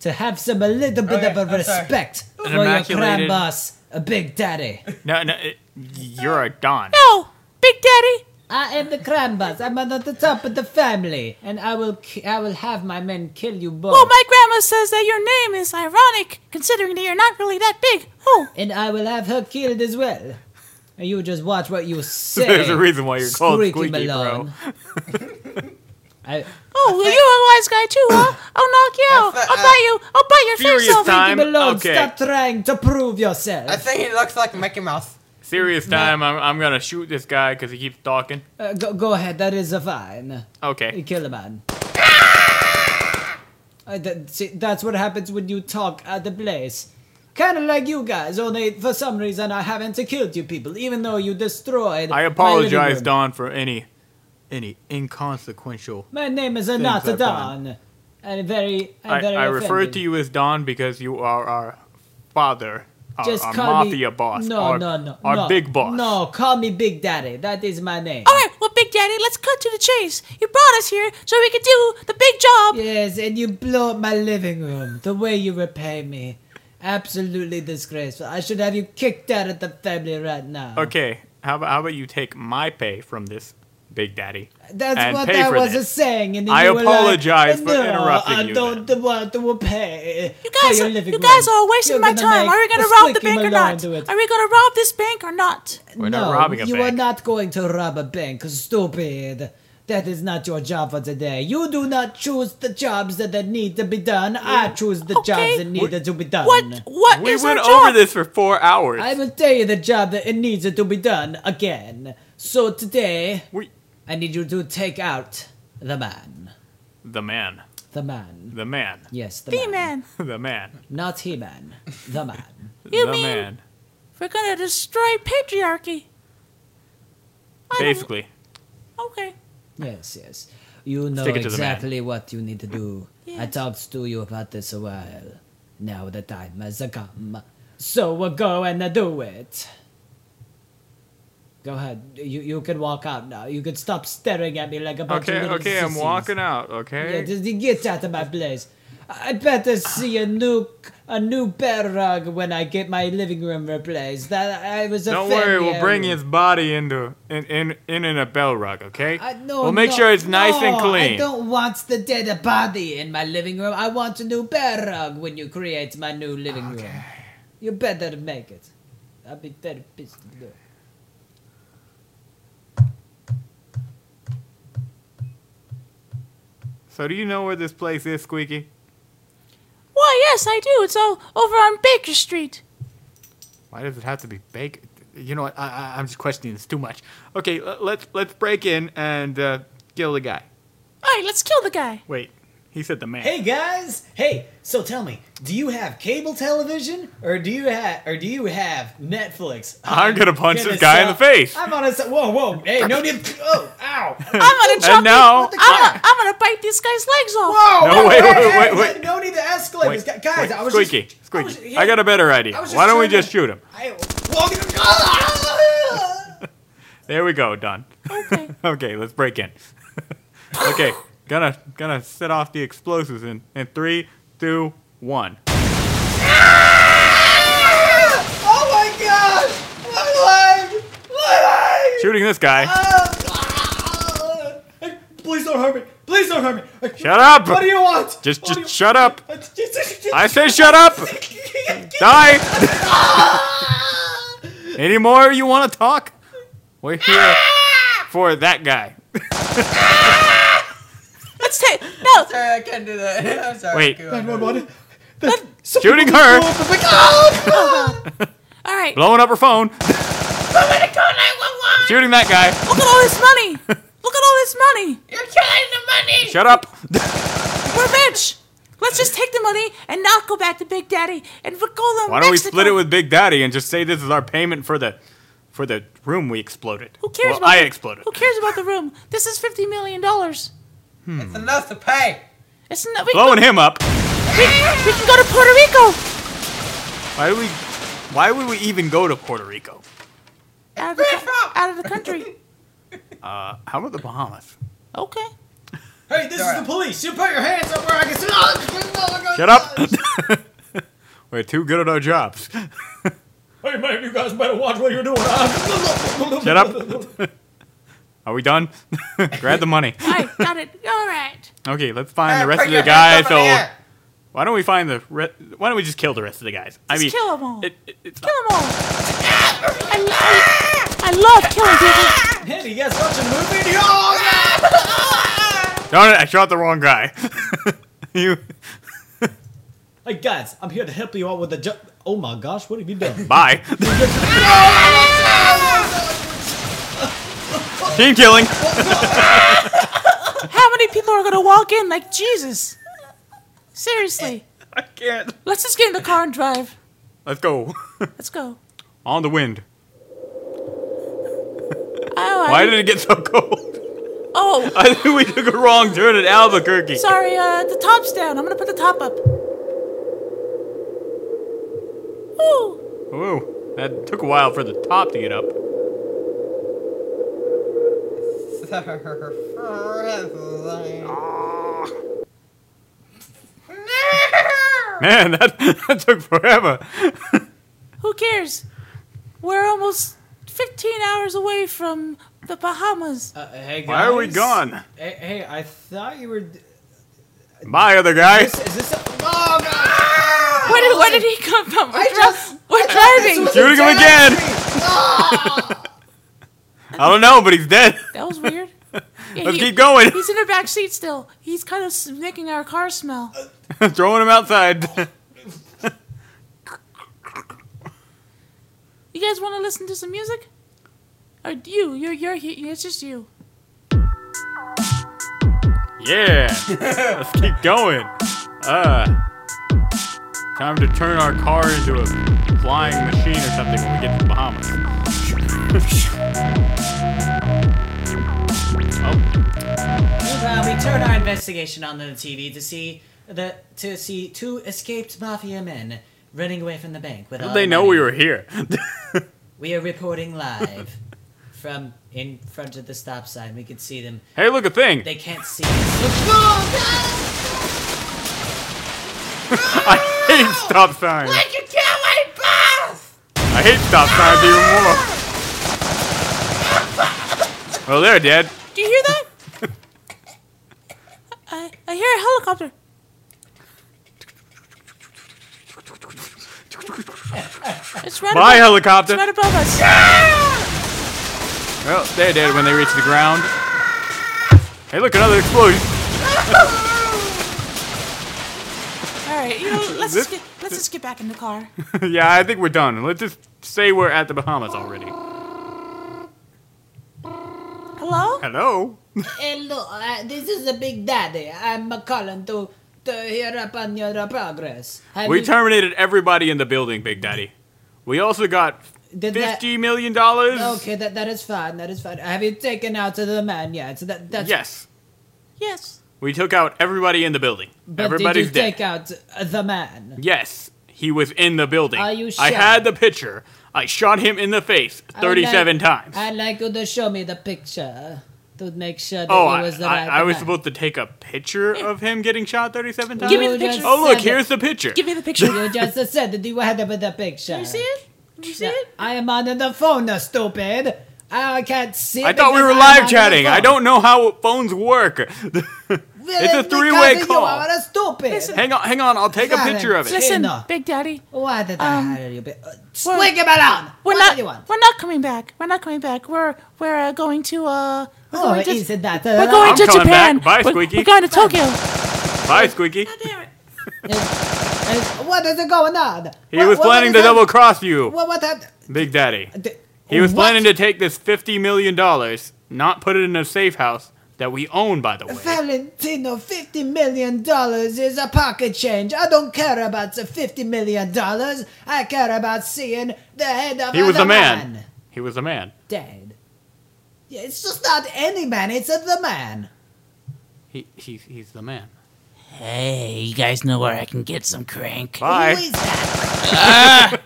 [SPEAKER 3] to have some a little bit
[SPEAKER 2] Okay,
[SPEAKER 3] of a
[SPEAKER 2] I'm sorry.
[SPEAKER 3] respect for your
[SPEAKER 12] immaculated-
[SPEAKER 3] grand boss, a big daddy.
[SPEAKER 12] No, no, it- you're a don.
[SPEAKER 7] No, Big Daddy.
[SPEAKER 3] I am the Krambas. I'm at the top of the family, and I will ki- I will have my men kill you both.
[SPEAKER 7] Well,
[SPEAKER 12] Oh
[SPEAKER 7] Oh, my grandma says that your name is ironic, considering that you're not really that big. Oh,
[SPEAKER 3] and I will have her killed as well. And you just watch what you say.
[SPEAKER 12] There's a reason why you're called
[SPEAKER 3] Squeaky
[SPEAKER 12] Squeaky, bro.
[SPEAKER 3] Malone. I,
[SPEAKER 7] oh, well, you're a wise guy too, huh? I'll knock you out. I'll
[SPEAKER 3] uh,
[SPEAKER 7] bite you. I'll bite your face off.
[SPEAKER 3] Squeaky Malone, stop trying to prove yourself.
[SPEAKER 2] I think he looks like Mickey Mouse.
[SPEAKER 12] Serious time, I'm, I'm gonna shoot this guy because he keeps talking.
[SPEAKER 3] Uh, go, go ahead, that is a fine.
[SPEAKER 12] Okay.
[SPEAKER 3] You kill a man. Uh, that, see, that's what happens when you talk at the place. Kind of like you guys, only for some reason I haven't killed you people, even though you destroyed.
[SPEAKER 12] I
[SPEAKER 3] my living
[SPEAKER 12] apologize,
[SPEAKER 3] room.
[SPEAKER 12] Don, for any any inconsequential.
[SPEAKER 3] My name is
[SPEAKER 12] Things
[SPEAKER 3] Anata
[SPEAKER 12] I've done.
[SPEAKER 3] Don. And very, I'm
[SPEAKER 12] I,
[SPEAKER 3] very
[SPEAKER 12] I refer
[SPEAKER 3] offended.
[SPEAKER 12] to you as Don because you are our father, our,
[SPEAKER 3] Just
[SPEAKER 12] our
[SPEAKER 3] call me-
[SPEAKER 12] mafia boss,
[SPEAKER 3] No,
[SPEAKER 12] our,
[SPEAKER 3] no, no,
[SPEAKER 12] our
[SPEAKER 3] no,
[SPEAKER 12] big boss.
[SPEAKER 3] No, call me Big Daddy. That is my name.
[SPEAKER 7] All right, well, Big Daddy, let's cut to the chase. You brought us here so we could do the big job.
[SPEAKER 3] Yes, and you blow up my living room. The way you repay me. Absolutely disgraceful. I should have you kicked out of the family right now.
[SPEAKER 12] Okay, how about how about you take my pay from this big daddy?
[SPEAKER 3] That's
[SPEAKER 12] and
[SPEAKER 3] what
[SPEAKER 12] pay
[SPEAKER 3] I
[SPEAKER 12] for
[SPEAKER 3] was
[SPEAKER 12] this.
[SPEAKER 3] saying. And then
[SPEAKER 12] I
[SPEAKER 3] you were like,
[SPEAKER 12] apologize for
[SPEAKER 3] "No,
[SPEAKER 12] interrupting
[SPEAKER 3] I
[SPEAKER 12] you
[SPEAKER 3] don't want to pay.
[SPEAKER 7] You guys,
[SPEAKER 3] for your
[SPEAKER 7] are,
[SPEAKER 3] living
[SPEAKER 7] you guys
[SPEAKER 3] room.
[SPEAKER 7] are wasting
[SPEAKER 3] You're
[SPEAKER 7] my
[SPEAKER 3] gonna
[SPEAKER 7] time.
[SPEAKER 3] make
[SPEAKER 7] Are we gonna
[SPEAKER 3] a
[SPEAKER 7] rob the
[SPEAKER 3] squeaky
[SPEAKER 7] bank or
[SPEAKER 3] Malone
[SPEAKER 7] not?
[SPEAKER 3] do it.
[SPEAKER 7] Are we gonna rob this bank or not?
[SPEAKER 12] We're
[SPEAKER 3] no,
[SPEAKER 12] not robbing a
[SPEAKER 3] you
[SPEAKER 12] bank.
[SPEAKER 3] are not going to rob a bank, stupid. That is not your job for today. You do not choose the jobs that that need to be done. I choose the jobs that need to be done. What?
[SPEAKER 7] What
[SPEAKER 12] We went over this for four hours.
[SPEAKER 3] I will tell you the job that it needs to be done again. So today, I need you to take out the man.
[SPEAKER 12] the man.
[SPEAKER 3] The man.
[SPEAKER 12] The man.
[SPEAKER 3] Yes, the,
[SPEAKER 7] The
[SPEAKER 3] man.
[SPEAKER 7] man.
[SPEAKER 12] the man.
[SPEAKER 3] Not he man. The man.
[SPEAKER 7] You
[SPEAKER 12] the
[SPEAKER 7] mean-
[SPEAKER 12] man.
[SPEAKER 7] We're gonna destroy patriarchy.
[SPEAKER 12] Basically.
[SPEAKER 7] Okay.
[SPEAKER 3] Yes, yes. You know
[SPEAKER 12] Stick it to the man.
[SPEAKER 3] exactly what you need to do. I
[SPEAKER 7] Yes.
[SPEAKER 3] talked to you about this a while. Now the time has come. So we'll go and do it. Go ahead. You you can walk out now. You can stop staring at me like a bunch
[SPEAKER 12] Okay,
[SPEAKER 3] of little
[SPEAKER 12] okay, I'm
[SPEAKER 3] sissies.
[SPEAKER 12] walking out,
[SPEAKER 3] Yeah,
[SPEAKER 12] okay?
[SPEAKER 3] just get out of my place. I better see a new a new bed rug when I get my living room replaced. That I was a
[SPEAKER 12] Don't worry, we'll
[SPEAKER 3] failure.
[SPEAKER 12] bring his body into in in, in, in a bell rug, okay?
[SPEAKER 3] I, no,
[SPEAKER 12] we'll make
[SPEAKER 3] no,
[SPEAKER 12] sure it's nice and
[SPEAKER 3] no, I
[SPEAKER 12] clean.
[SPEAKER 3] don't want the dead body in my living room. I want a new bed rug when you create my new living room. You better make it. I'll be very pissed. off.
[SPEAKER 12] So do you know where this place is, Squeaky?
[SPEAKER 7] Why, yes, I do. It's all over on Baker Street.
[SPEAKER 12] Why does it have to be bake? You know what? I, I, I'm just questioning this too much. Okay, l- let's let's break in and uh, kill the guy.
[SPEAKER 7] All right, let's kill the guy.
[SPEAKER 12] Wait, he said the man.
[SPEAKER 14] Hey guys, hey. So tell me, do you have cable television, or do you have, or do you have Netflix?
[SPEAKER 12] I'm gonna punch this guy in the face.
[SPEAKER 3] uh,
[SPEAKER 14] I'm on a. s- Whoa, whoa. Hey, no need. Oh, ow.
[SPEAKER 7] I'm gonna
[SPEAKER 12] And
[SPEAKER 7] chop you-
[SPEAKER 12] now-
[SPEAKER 7] I'm, gonna, I'm gonna bite this guy's legs off.
[SPEAKER 14] Whoa!
[SPEAKER 12] No, wait, wait, wait, wait, wait.
[SPEAKER 14] No need to escalate this guy, guys. I was
[SPEAKER 12] Squeaky,
[SPEAKER 14] just.
[SPEAKER 12] Squeaky. I,
[SPEAKER 14] yeah,
[SPEAKER 12] got a better idea.
[SPEAKER 14] I was just
[SPEAKER 12] Why don't we
[SPEAKER 14] trying to-
[SPEAKER 12] just shoot him?
[SPEAKER 14] I, well,
[SPEAKER 12] There we go, done.
[SPEAKER 7] Okay.
[SPEAKER 12] okay, let's break in. okay, gonna gonna set off the explosives in in three, two, one.
[SPEAKER 14] oh my god! My leg! My leg!
[SPEAKER 12] Shooting this guy.
[SPEAKER 14] Uh, Please don't hurt me! Please don't hurt me!
[SPEAKER 12] Shut up!
[SPEAKER 14] What do you want?
[SPEAKER 12] Just
[SPEAKER 14] What
[SPEAKER 12] just shut up.
[SPEAKER 14] do you-
[SPEAKER 12] I say shut up. Die. Any more you want to talk? We're here
[SPEAKER 14] Ah!
[SPEAKER 12] for that guy.
[SPEAKER 7] Let's take. No.
[SPEAKER 2] Sorry, I can't do that. I'm sorry.
[SPEAKER 12] Wait.
[SPEAKER 2] Go on.
[SPEAKER 14] 911.
[SPEAKER 12] Shooting her.
[SPEAKER 7] All right.
[SPEAKER 12] Blowing up her phone. Shooting that guy.
[SPEAKER 7] Look at all this money. Look at all this money. You're killing the money.
[SPEAKER 12] Shut up.
[SPEAKER 7] We're rich. Let's just take the money and not go back to Big Daddy and go to
[SPEAKER 12] Why don't we
[SPEAKER 7] Mexico.
[SPEAKER 12] split it with Big Daddy and just say this is our payment for the for the room we exploded? Who
[SPEAKER 7] cares
[SPEAKER 12] Well,
[SPEAKER 7] about
[SPEAKER 12] I
[SPEAKER 7] the-
[SPEAKER 12] exploded.
[SPEAKER 7] Who cares about the room? This is fifty million dollars.
[SPEAKER 12] Hmm.
[SPEAKER 2] Enough to pay.
[SPEAKER 7] It's not. We,
[SPEAKER 12] Blowing him up.
[SPEAKER 7] We, we can go to Puerto Rico.
[SPEAKER 12] Why do we? Why would we even go to Puerto Rico?
[SPEAKER 7] Out of the, co- out of the country.
[SPEAKER 12] Uh, how about the Bahamas?
[SPEAKER 7] Okay.
[SPEAKER 14] Hey, this is the police! You put your hands up where I can see.
[SPEAKER 12] Shut up. We're too good at our jobs.
[SPEAKER 14] Hey man, you guys better watch what you're doing.
[SPEAKER 12] Shut up. Are we done? Grab the money.
[SPEAKER 7] I got it. All right.
[SPEAKER 12] Okay, let's find
[SPEAKER 7] Uh,
[SPEAKER 12] the rest
[SPEAKER 7] put
[SPEAKER 12] of
[SPEAKER 7] your
[SPEAKER 12] the
[SPEAKER 7] hands
[SPEAKER 12] guys.
[SPEAKER 7] over
[SPEAKER 12] So
[SPEAKER 7] there.
[SPEAKER 12] why don't we find the re- why don't we just kill the rest of the guys? I
[SPEAKER 7] Just
[SPEAKER 12] mean,
[SPEAKER 7] kill them all. kill them all. I love, I love killing people.
[SPEAKER 14] Hey, you guys watching a movie? Oh,
[SPEAKER 12] no, no, I shot the wrong guy. you
[SPEAKER 14] Hey guys, I'm here to help you out with the ju- Oh my gosh, what have you done?
[SPEAKER 12] bye. Team killing.
[SPEAKER 7] How many people are gonna walk in like Jesus? Seriously.
[SPEAKER 12] I can't.
[SPEAKER 7] Let's just get in the car and drive.
[SPEAKER 12] Let's go.
[SPEAKER 7] Let's go.
[SPEAKER 12] On the wind.
[SPEAKER 7] Oh,
[SPEAKER 12] Why
[SPEAKER 7] I,
[SPEAKER 12] did it get so cold?
[SPEAKER 7] oh,
[SPEAKER 12] I think we took a wrong turn at Albuquerque.
[SPEAKER 7] sorry. Uh, the top's down. I'm gonna put the top up. Ooh,
[SPEAKER 12] Ooh, that took a while for the top to get up. Man, that, that took forever.
[SPEAKER 7] who cares? We're almost 15 hours away from the Bahamas.
[SPEAKER 14] Uh, hey
[SPEAKER 12] Why are we
[SPEAKER 14] guys.
[SPEAKER 12] gone?
[SPEAKER 14] Hey, hey, I thought you were.
[SPEAKER 12] My other guy.
[SPEAKER 14] Is this? A- oh god!
[SPEAKER 7] Where did, where did he come from? We're, dri- we're driving.
[SPEAKER 12] Shooting him again. I don't know, but he's dead.
[SPEAKER 7] That was weird. Yeah,
[SPEAKER 12] Let's
[SPEAKER 7] he-
[SPEAKER 12] keep going.
[SPEAKER 7] He's in the back seat still. He's kind of making our car smell.
[SPEAKER 12] Throwing him outside.
[SPEAKER 7] You guys want to listen to some music? Or do you? You're you're here. It's just you.
[SPEAKER 12] yeah. Let's keep going. Uh, time to turn our car into a flying machine or something when we get to the Bahamas. oh,
[SPEAKER 14] Meanwhile, we turn our investigation on the TV to see the to see two escaped mafia men running away from the bank. With
[SPEAKER 12] how
[SPEAKER 14] all
[SPEAKER 12] did they
[SPEAKER 14] the
[SPEAKER 12] know
[SPEAKER 14] money.
[SPEAKER 12] we were here?
[SPEAKER 14] We are reporting live from in front of the stop sign. We can see them.
[SPEAKER 12] Hey, look, a thing.
[SPEAKER 14] They can't see us.
[SPEAKER 3] Oh,
[SPEAKER 12] I hate stop signs.
[SPEAKER 7] you kill my boss?
[SPEAKER 12] I hate stop signs even more. Well, they're dead.
[SPEAKER 7] Do you hear that? I I hear a helicopter. It's right
[SPEAKER 12] Bye,
[SPEAKER 7] above,
[SPEAKER 12] helicopter.
[SPEAKER 7] It's right above us.
[SPEAKER 12] Well, they're dead when they reach the ground. Hey, look, another explosion.
[SPEAKER 7] All right, you know, let's
[SPEAKER 12] This-
[SPEAKER 7] just get, let's just get back in the car.
[SPEAKER 12] yeah, I think we're done. Let's just say we're at the Bahamas already.
[SPEAKER 7] Hello?
[SPEAKER 12] Hello?
[SPEAKER 3] Hello, uh, this is the Big Daddy. I'm calling to to hear up on your uh, progress. Have
[SPEAKER 12] We
[SPEAKER 3] you-
[SPEAKER 12] terminated everybody in the building, Big Daddy. We also got
[SPEAKER 3] Did that-
[SPEAKER 12] fifty million dollars.
[SPEAKER 3] Okay, that that is fine. That is fine. Have you taken out to the man yet? So that that's
[SPEAKER 12] Yes.
[SPEAKER 7] Yes.
[SPEAKER 12] We took out everybody in the building.
[SPEAKER 3] But
[SPEAKER 12] Everybody's
[SPEAKER 3] did you
[SPEAKER 12] dead.
[SPEAKER 3] take out uh, the man?
[SPEAKER 12] Yes, he was in the building.
[SPEAKER 3] Are you
[SPEAKER 12] I
[SPEAKER 3] sure?
[SPEAKER 12] had the picture. I shot him in the
[SPEAKER 3] I
[SPEAKER 12] face
[SPEAKER 3] would
[SPEAKER 12] thirty-seven
[SPEAKER 3] like-
[SPEAKER 12] times.
[SPEAKER 3] I'd like you to show me the picture to make sure that
[SPEAKER 12] Oh,
[SPEAKER 3] it
[SPEAKER 12] I,
[SPEAKER 3] was the
[SPEAKER 12] I-
[SPEAKER 3] right
[SPEAKER 12] I was
[SPEAKER 3] man.
[SPEAKER 12] supposed to take a picture of him getting shot 37 times?
[SPEAKER 3] Give me the You picture. just
[SPEAKER 12] Oh, look,
[SPEAKER 3] said
[SPEAKER 12] here's
[SPEAKER 3] that-
[SPEAKER 12] the picture.
[SPEAKER 3] Give me
[SPEAKER 7] the picture.
[SPEAKER 3] you just said that you had it with the picture. you see
[SPEAKER 7] it? Did you see it?
[SPEAKER 3] I am on the phone, uh, stupid. I can't see.
[SPEAKER 12] I thought we
[SPEAKER 3] because
[SPEAKER 12] were
[SPEAKER 3] I'm on
[SPEAKER 12] live
[SPEAKER 3] the
[SPEAKER 12] chatting. I
[SPEAKER 3] phone.
[SPEAKER 12] don't know how phones work.
[SPEAKER 3] Well,
[SPEAKER 12] it's a
[SPEAKER 3] because
[SPEAKER 12] three-way
[SPEAKER 3] you
[SPEAKER 12] call.
[SPEAKER 3] are stupid.
[SPEAKER 12] Hang on, hang on. I'll take a picture of it.
[SPEAKER 7] Listen,
[SPEAKER 3] Tina.
[SPEAKER 7] Big Daddy.
[SPEAKER 3] Why did I hire you? Be- uh,
[SPEAKER 7] Swing
[SPEAKER 3] him around.
[SPEAKER 7] Um, We're
[SPEAKER 3] What
[SPEAKER 7] not.
[SPEAKER 3] do you want?
[SPEAKER 7] We're not coming back. We're not coming back. We're we're uh, going to uh. We're
[SPEAKER 3] Oh,
[SPEAKER 7] going to,
[SPEAKER 3] is it that, uh,
[SPEAKER 7] we're going
[SPEAKER 12] I'm
[SPEAKER 7] to
[SPEAKER 12] coming
[SPEAKER 7] Japan.
[SPEAKER 12] back. Bye,
[SPEAKER 7] We're-
[SPEAKER 12] Squeaky.
[SPEAKER 7] We're, going to Tokyo.
[SPEAKER 12] Bye, Squeaky.
[SPEAKER 3] uh, what is going on?
[SPEAKER 12] He
[SPEAKER 3] What-
[SPEAKER 12] was
[SPEAKER 3] what-
[SPEAKER 12] planning
[SPEAKER 3] what
[SPEAKER 12] to
[SPEAKER 3] is hap-
[SPEAKER 12] double cross you,
[SPEAKER 3] What, what happened?
[SPEAKER 12] Big Daddy. He was
[SPEAKER 3] What?
[SPEAKER 12] planning to take this $50 million, not put it in a safe house that we own, by the way.
[SPEAKER 3] Valentino, fifty million dollars is a pocket change. I don't care about the fifty million dollars. I care about seeing the head of
[SPEAKER 12] He was
[SPEAKER 3] the
[SPEAKER 12] a man. He was a man.
[SPEAKER 3] dead. Yeah, it's just not any man. It's a, the man.
[SPEAKER 12] He, he's, he's the man.
[SPEAKER 9] Hey, you guys know where I can get some crank.
[SPEAKER 12] Bye.
[SPEAKER 3] Who is
[SPEAKER 9] Ah!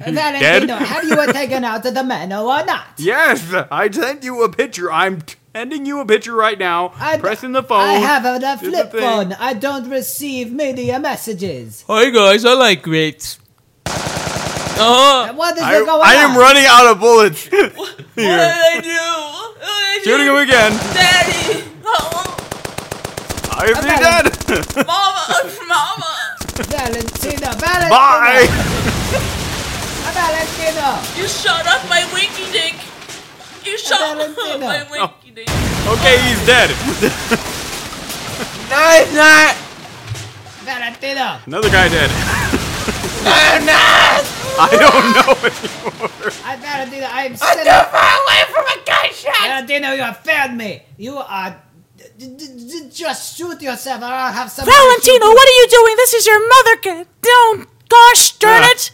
[SPEAKER 3] Valentino, have you taken out the man or not?
[SPEAKER 12] Yes, I sent you a picture. I'm t- sending you a picture right now. pressing the phone.
[SPEAKER 3] I have a
[SPEAKER 12] Here's the
[SPEAKER 3] flip
[SPEAKER 12] thing.
[SPEAKER 3] phone. I don't receive media messages.
[SPEAKER 15] Hi guys, I like grapes. Uh-huh.
[SPEAKER 3] What is
[SPEAKER 12] I,
[SPEAKER 3] going
[SPEAKER 12] I am
[SPEAKER 3] on?
[SPEAKER 12] running out of bullets. Here.
[SPEAKER 15] What did I do? I
[SPEAKER 12] Shooting him again.
[SPEAKER 9] Daddy! Oh,
[SPEAKER 12] I am
[SPEAKER 9] Okay.
[SPEAKER 12] dead.
[SPEAKER 9] mama! oh, Mama!
[SPEAKER 3] Valentina, Valentina.
[SPEAKER 12] Bye.
[SPEAKER 3] Valentina.
[SPEAKER 9] You shot up my winky dick! You shot up my winky dick!
[SPEAKER 12] Okay, he's dead.
[SPEAKER 2] No, it's not.
[SPEAKER 3] Valentina.
[SPEAKER 12] Another guy dead.
[SPEAKER 3] No, no.
[SPEAKER 12] I don't know anymore.
[SPEAKER 3] I Valentina, I am sitting. I'm too far away from a gunshot. Valentina, you have failed me. You are. d- d- d- Just shoot yourself, or I'll have some.
[SPEAKER 7] Valentino, what are you doing? This is your mother. ca- Don't. Gosh darn it!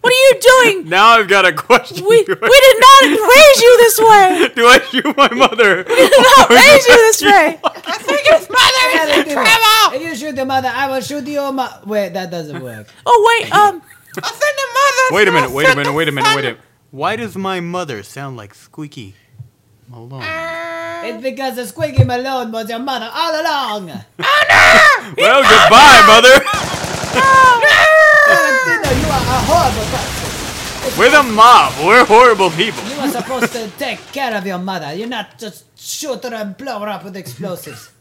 [SPEAKER 7] What are you doing?
[SPEAKER 12] Now I've got a question.
[SPEAKER 7] We, we did not raise you this way.
[SPEAKER 12] Do I shoot my mother?
[SPEAKER 7] We did not raise you this way.
[SPEAKER 3] I think his mother is grandma. If you shoot the mother, I will shoot your mother. Wait, that doesn't work.
[SPEAKER 7] Oh wait, um,
[SPEAKER 12] Wait a minute. Wait a minute. Wait a minute. Wait a.
[SPEAKER 16] Why does my mother sound like Squeaky Malone?
[SPEAKER 3] It's because the Squeaky Malone was your mother all along.
[SPEAKER 12] Well, goodbye, mother.
[SPEAKER 3] Valentina, you are a horrible person.
[SPEAKER 12] We're the mob. We're horrible people.
[SPEAKER 3] You are supposed to take care of your mother. You're not just shoot her and blow her up with explosives.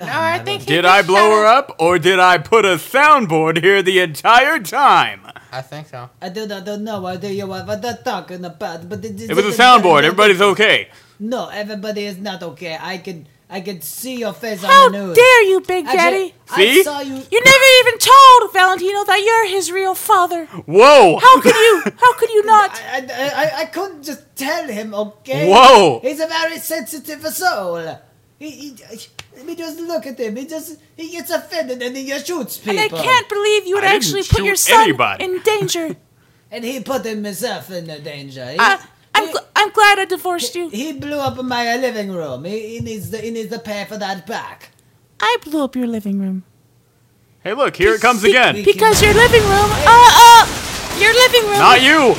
[SPEAKER 3] No, I think
[SPEAKER 12] Did I blow her up, or did I put a soundboard here the entire time?
[SPEAKER 2] I think so.
[SPEAKER 3] I do not don't know what you what what they're talking about, but it,
[SPEAKER 12] It was a soundboard. Everybody's okay.
[SPEAKER 3] No, everybody is not okay. I can I can see your face
[SPEAKER 7] How
[SPEAKER 3] on the news.
[SPEAKER 7] dare you, Big
[SPEAKER 3] Actually,
[SPEAKER 7] Daddy?
[SPEAKER 3] I saw you.
[SPEAKER 7] You never even told Valentino that you're his real father.
[SPEAKER 12] Whoa!
[SPEAKER 7] How could you? How could you not?
[SPEAKER 3] I, I, I, I couldn't just tell him, okay?
[SPEAKER 12] Whoa.
[SPEAKER 3] He's a very sensitive soul. He, he, he just look at him. He just he gets offended and he just shoots
[SPEAKER 7] And
[SPEAKER 3] people.
[SPEAKER 7] I can't believe you would
[SPEAKER 3] I didn't
[SPEAKER 7] actually put
[SPEAKER 3] shoot
[SPEAKER 7] your son
[SPEAKER 3] anybody.
[SPEAKER 7] in danger.
[SPEAKER 3] And he put himself in the danger. He,
[SPEAKER 7] I, I'm, gl- I'm glad I divorced you.
[SPEAKER 3] he blew up my living room. He, he needs the he needs to pay for that back.
[SPEAKER 7] I blew up your living room.
[SPEAKER 12] Hey, look, here it comes
[SPEAKER 7] Be-
[SPEAKER 12] again.
[SPEAKER 7] Because your living room. Uh, uh, your living room.
[SPEAKER 12] Not you.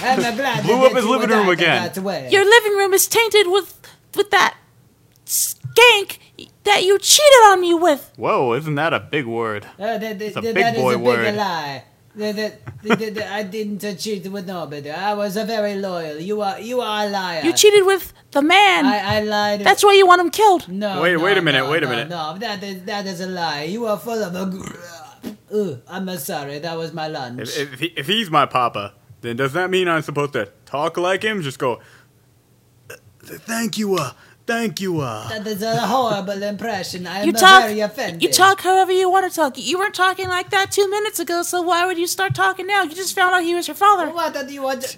[SPEAKER 3] I'm glad
[SPEAKER 12] Blew up his living room again.
[SPEAKER 7] Your living room is tainted with with that skank that you cheated on me with.
[SPEAKER 12] Whoa! Isn't that a big word?
[SPEAKER 3] Uh, that,
[SPEAKER 12] It's
[SPEAKER 3] that,
[SPEAKER 12] a
[SPEAKER 3] that-
[SPEAKER 12] big
[SPEAKER 3] that is
[SPEAKER 12] boy
[SPEAKER 3] a big
[SPEAKER 12] word.
[SPEAKER 3] lie. That- that- that- that- that I didn't uh, cheat with nobody. I was a very loyal. You are you are a liar.
[SPEAKER 7] You cheated with the man.
[SPEAKER 3] I, I lied.
[SPEAKER 7] That's why you want him killed.
[SPEAKER 3] No.
[SPEAKER 12] Wait-
[SPEAKER 3] no,
[SPEAKER 12] wait a minute,
[SPEAKER 3] no,
[SPEAKER 12] wait a
[SPEAKER 3] no,
[SPEAKER 12] minute.
[SPEAKER 3] No, that is that is a lie. You are full of a. Ugh, I'm sorry. That was my lunch.
[SPEAKER 12] If, if, he, if he's my papa, then does that mean I'm supposed to talk like him? Just go.
[SPEAKER 16] Thank you, uh, thank you, uh.
[SPEAKER 3] that is a horrible impression. I am
[SPEAKER 7] You talk-
[SPEAKER 3] very offended.
[SPEAKER 7] You talk however you want to talk. You weren't talking like that two minutes ago, so why would you start talking now? You just found out he was your father.
[SPEAKER 3] What did you want?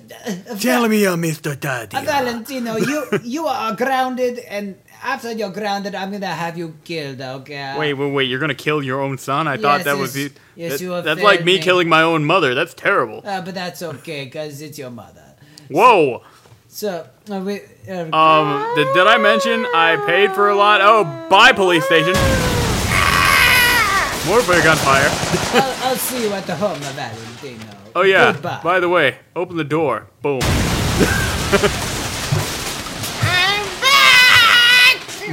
[SPEAKER 16] Tell me, uh, Mr. Daddy.
[SPEAKER 3] Uh, Valentino, you you are grounded, and after you're grounded, I'm gonna have you killed. Okay.
[SPEAKER 12] Wait, wait, wait! You're gonna kill your own son? I thought
[SPEAKER 3] Yes,
[SPEAKER 12] that was
[SPEAKER 3] yes,
[SPEAKER 12] the-
[SPEAKER 3] yes,
[SPEAKER 12] that-
[SPEAKER 3] you have
[SPEAKER 12] that's like
[SPEAKER 3] failed
[SPEAKER 12] me
[SPEAKER 3] me.
[SPEAKER 12] killing my own mother. That's terrible.
[SPEAKER 3] Uh, but that's okay, cause it's your mother.
[SPEAKER 12] Whoa!
[SPEAKER 3] So uh, we. Uh,
[SPEAKER 12] Um, did, did I mention I paid for a lot? Oh, bye, police station. More for gunfire.
[SPEAKER 3] I'll, I'll see you at the home, uh, Valentino.
[SPEAKER 12] Oh yeah.
[SPEAKER 3] Goodbye.
[SPEAKER 12] By the way, open the door. Boom.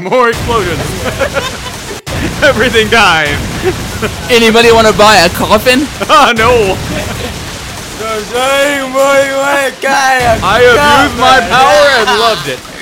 [SPEAKER 12] More explosions. Everything dies.
[SPEAKER 9] Anybody want to buy a coffin?
[SPEAKER 12] oh no! I abused my power and loved it.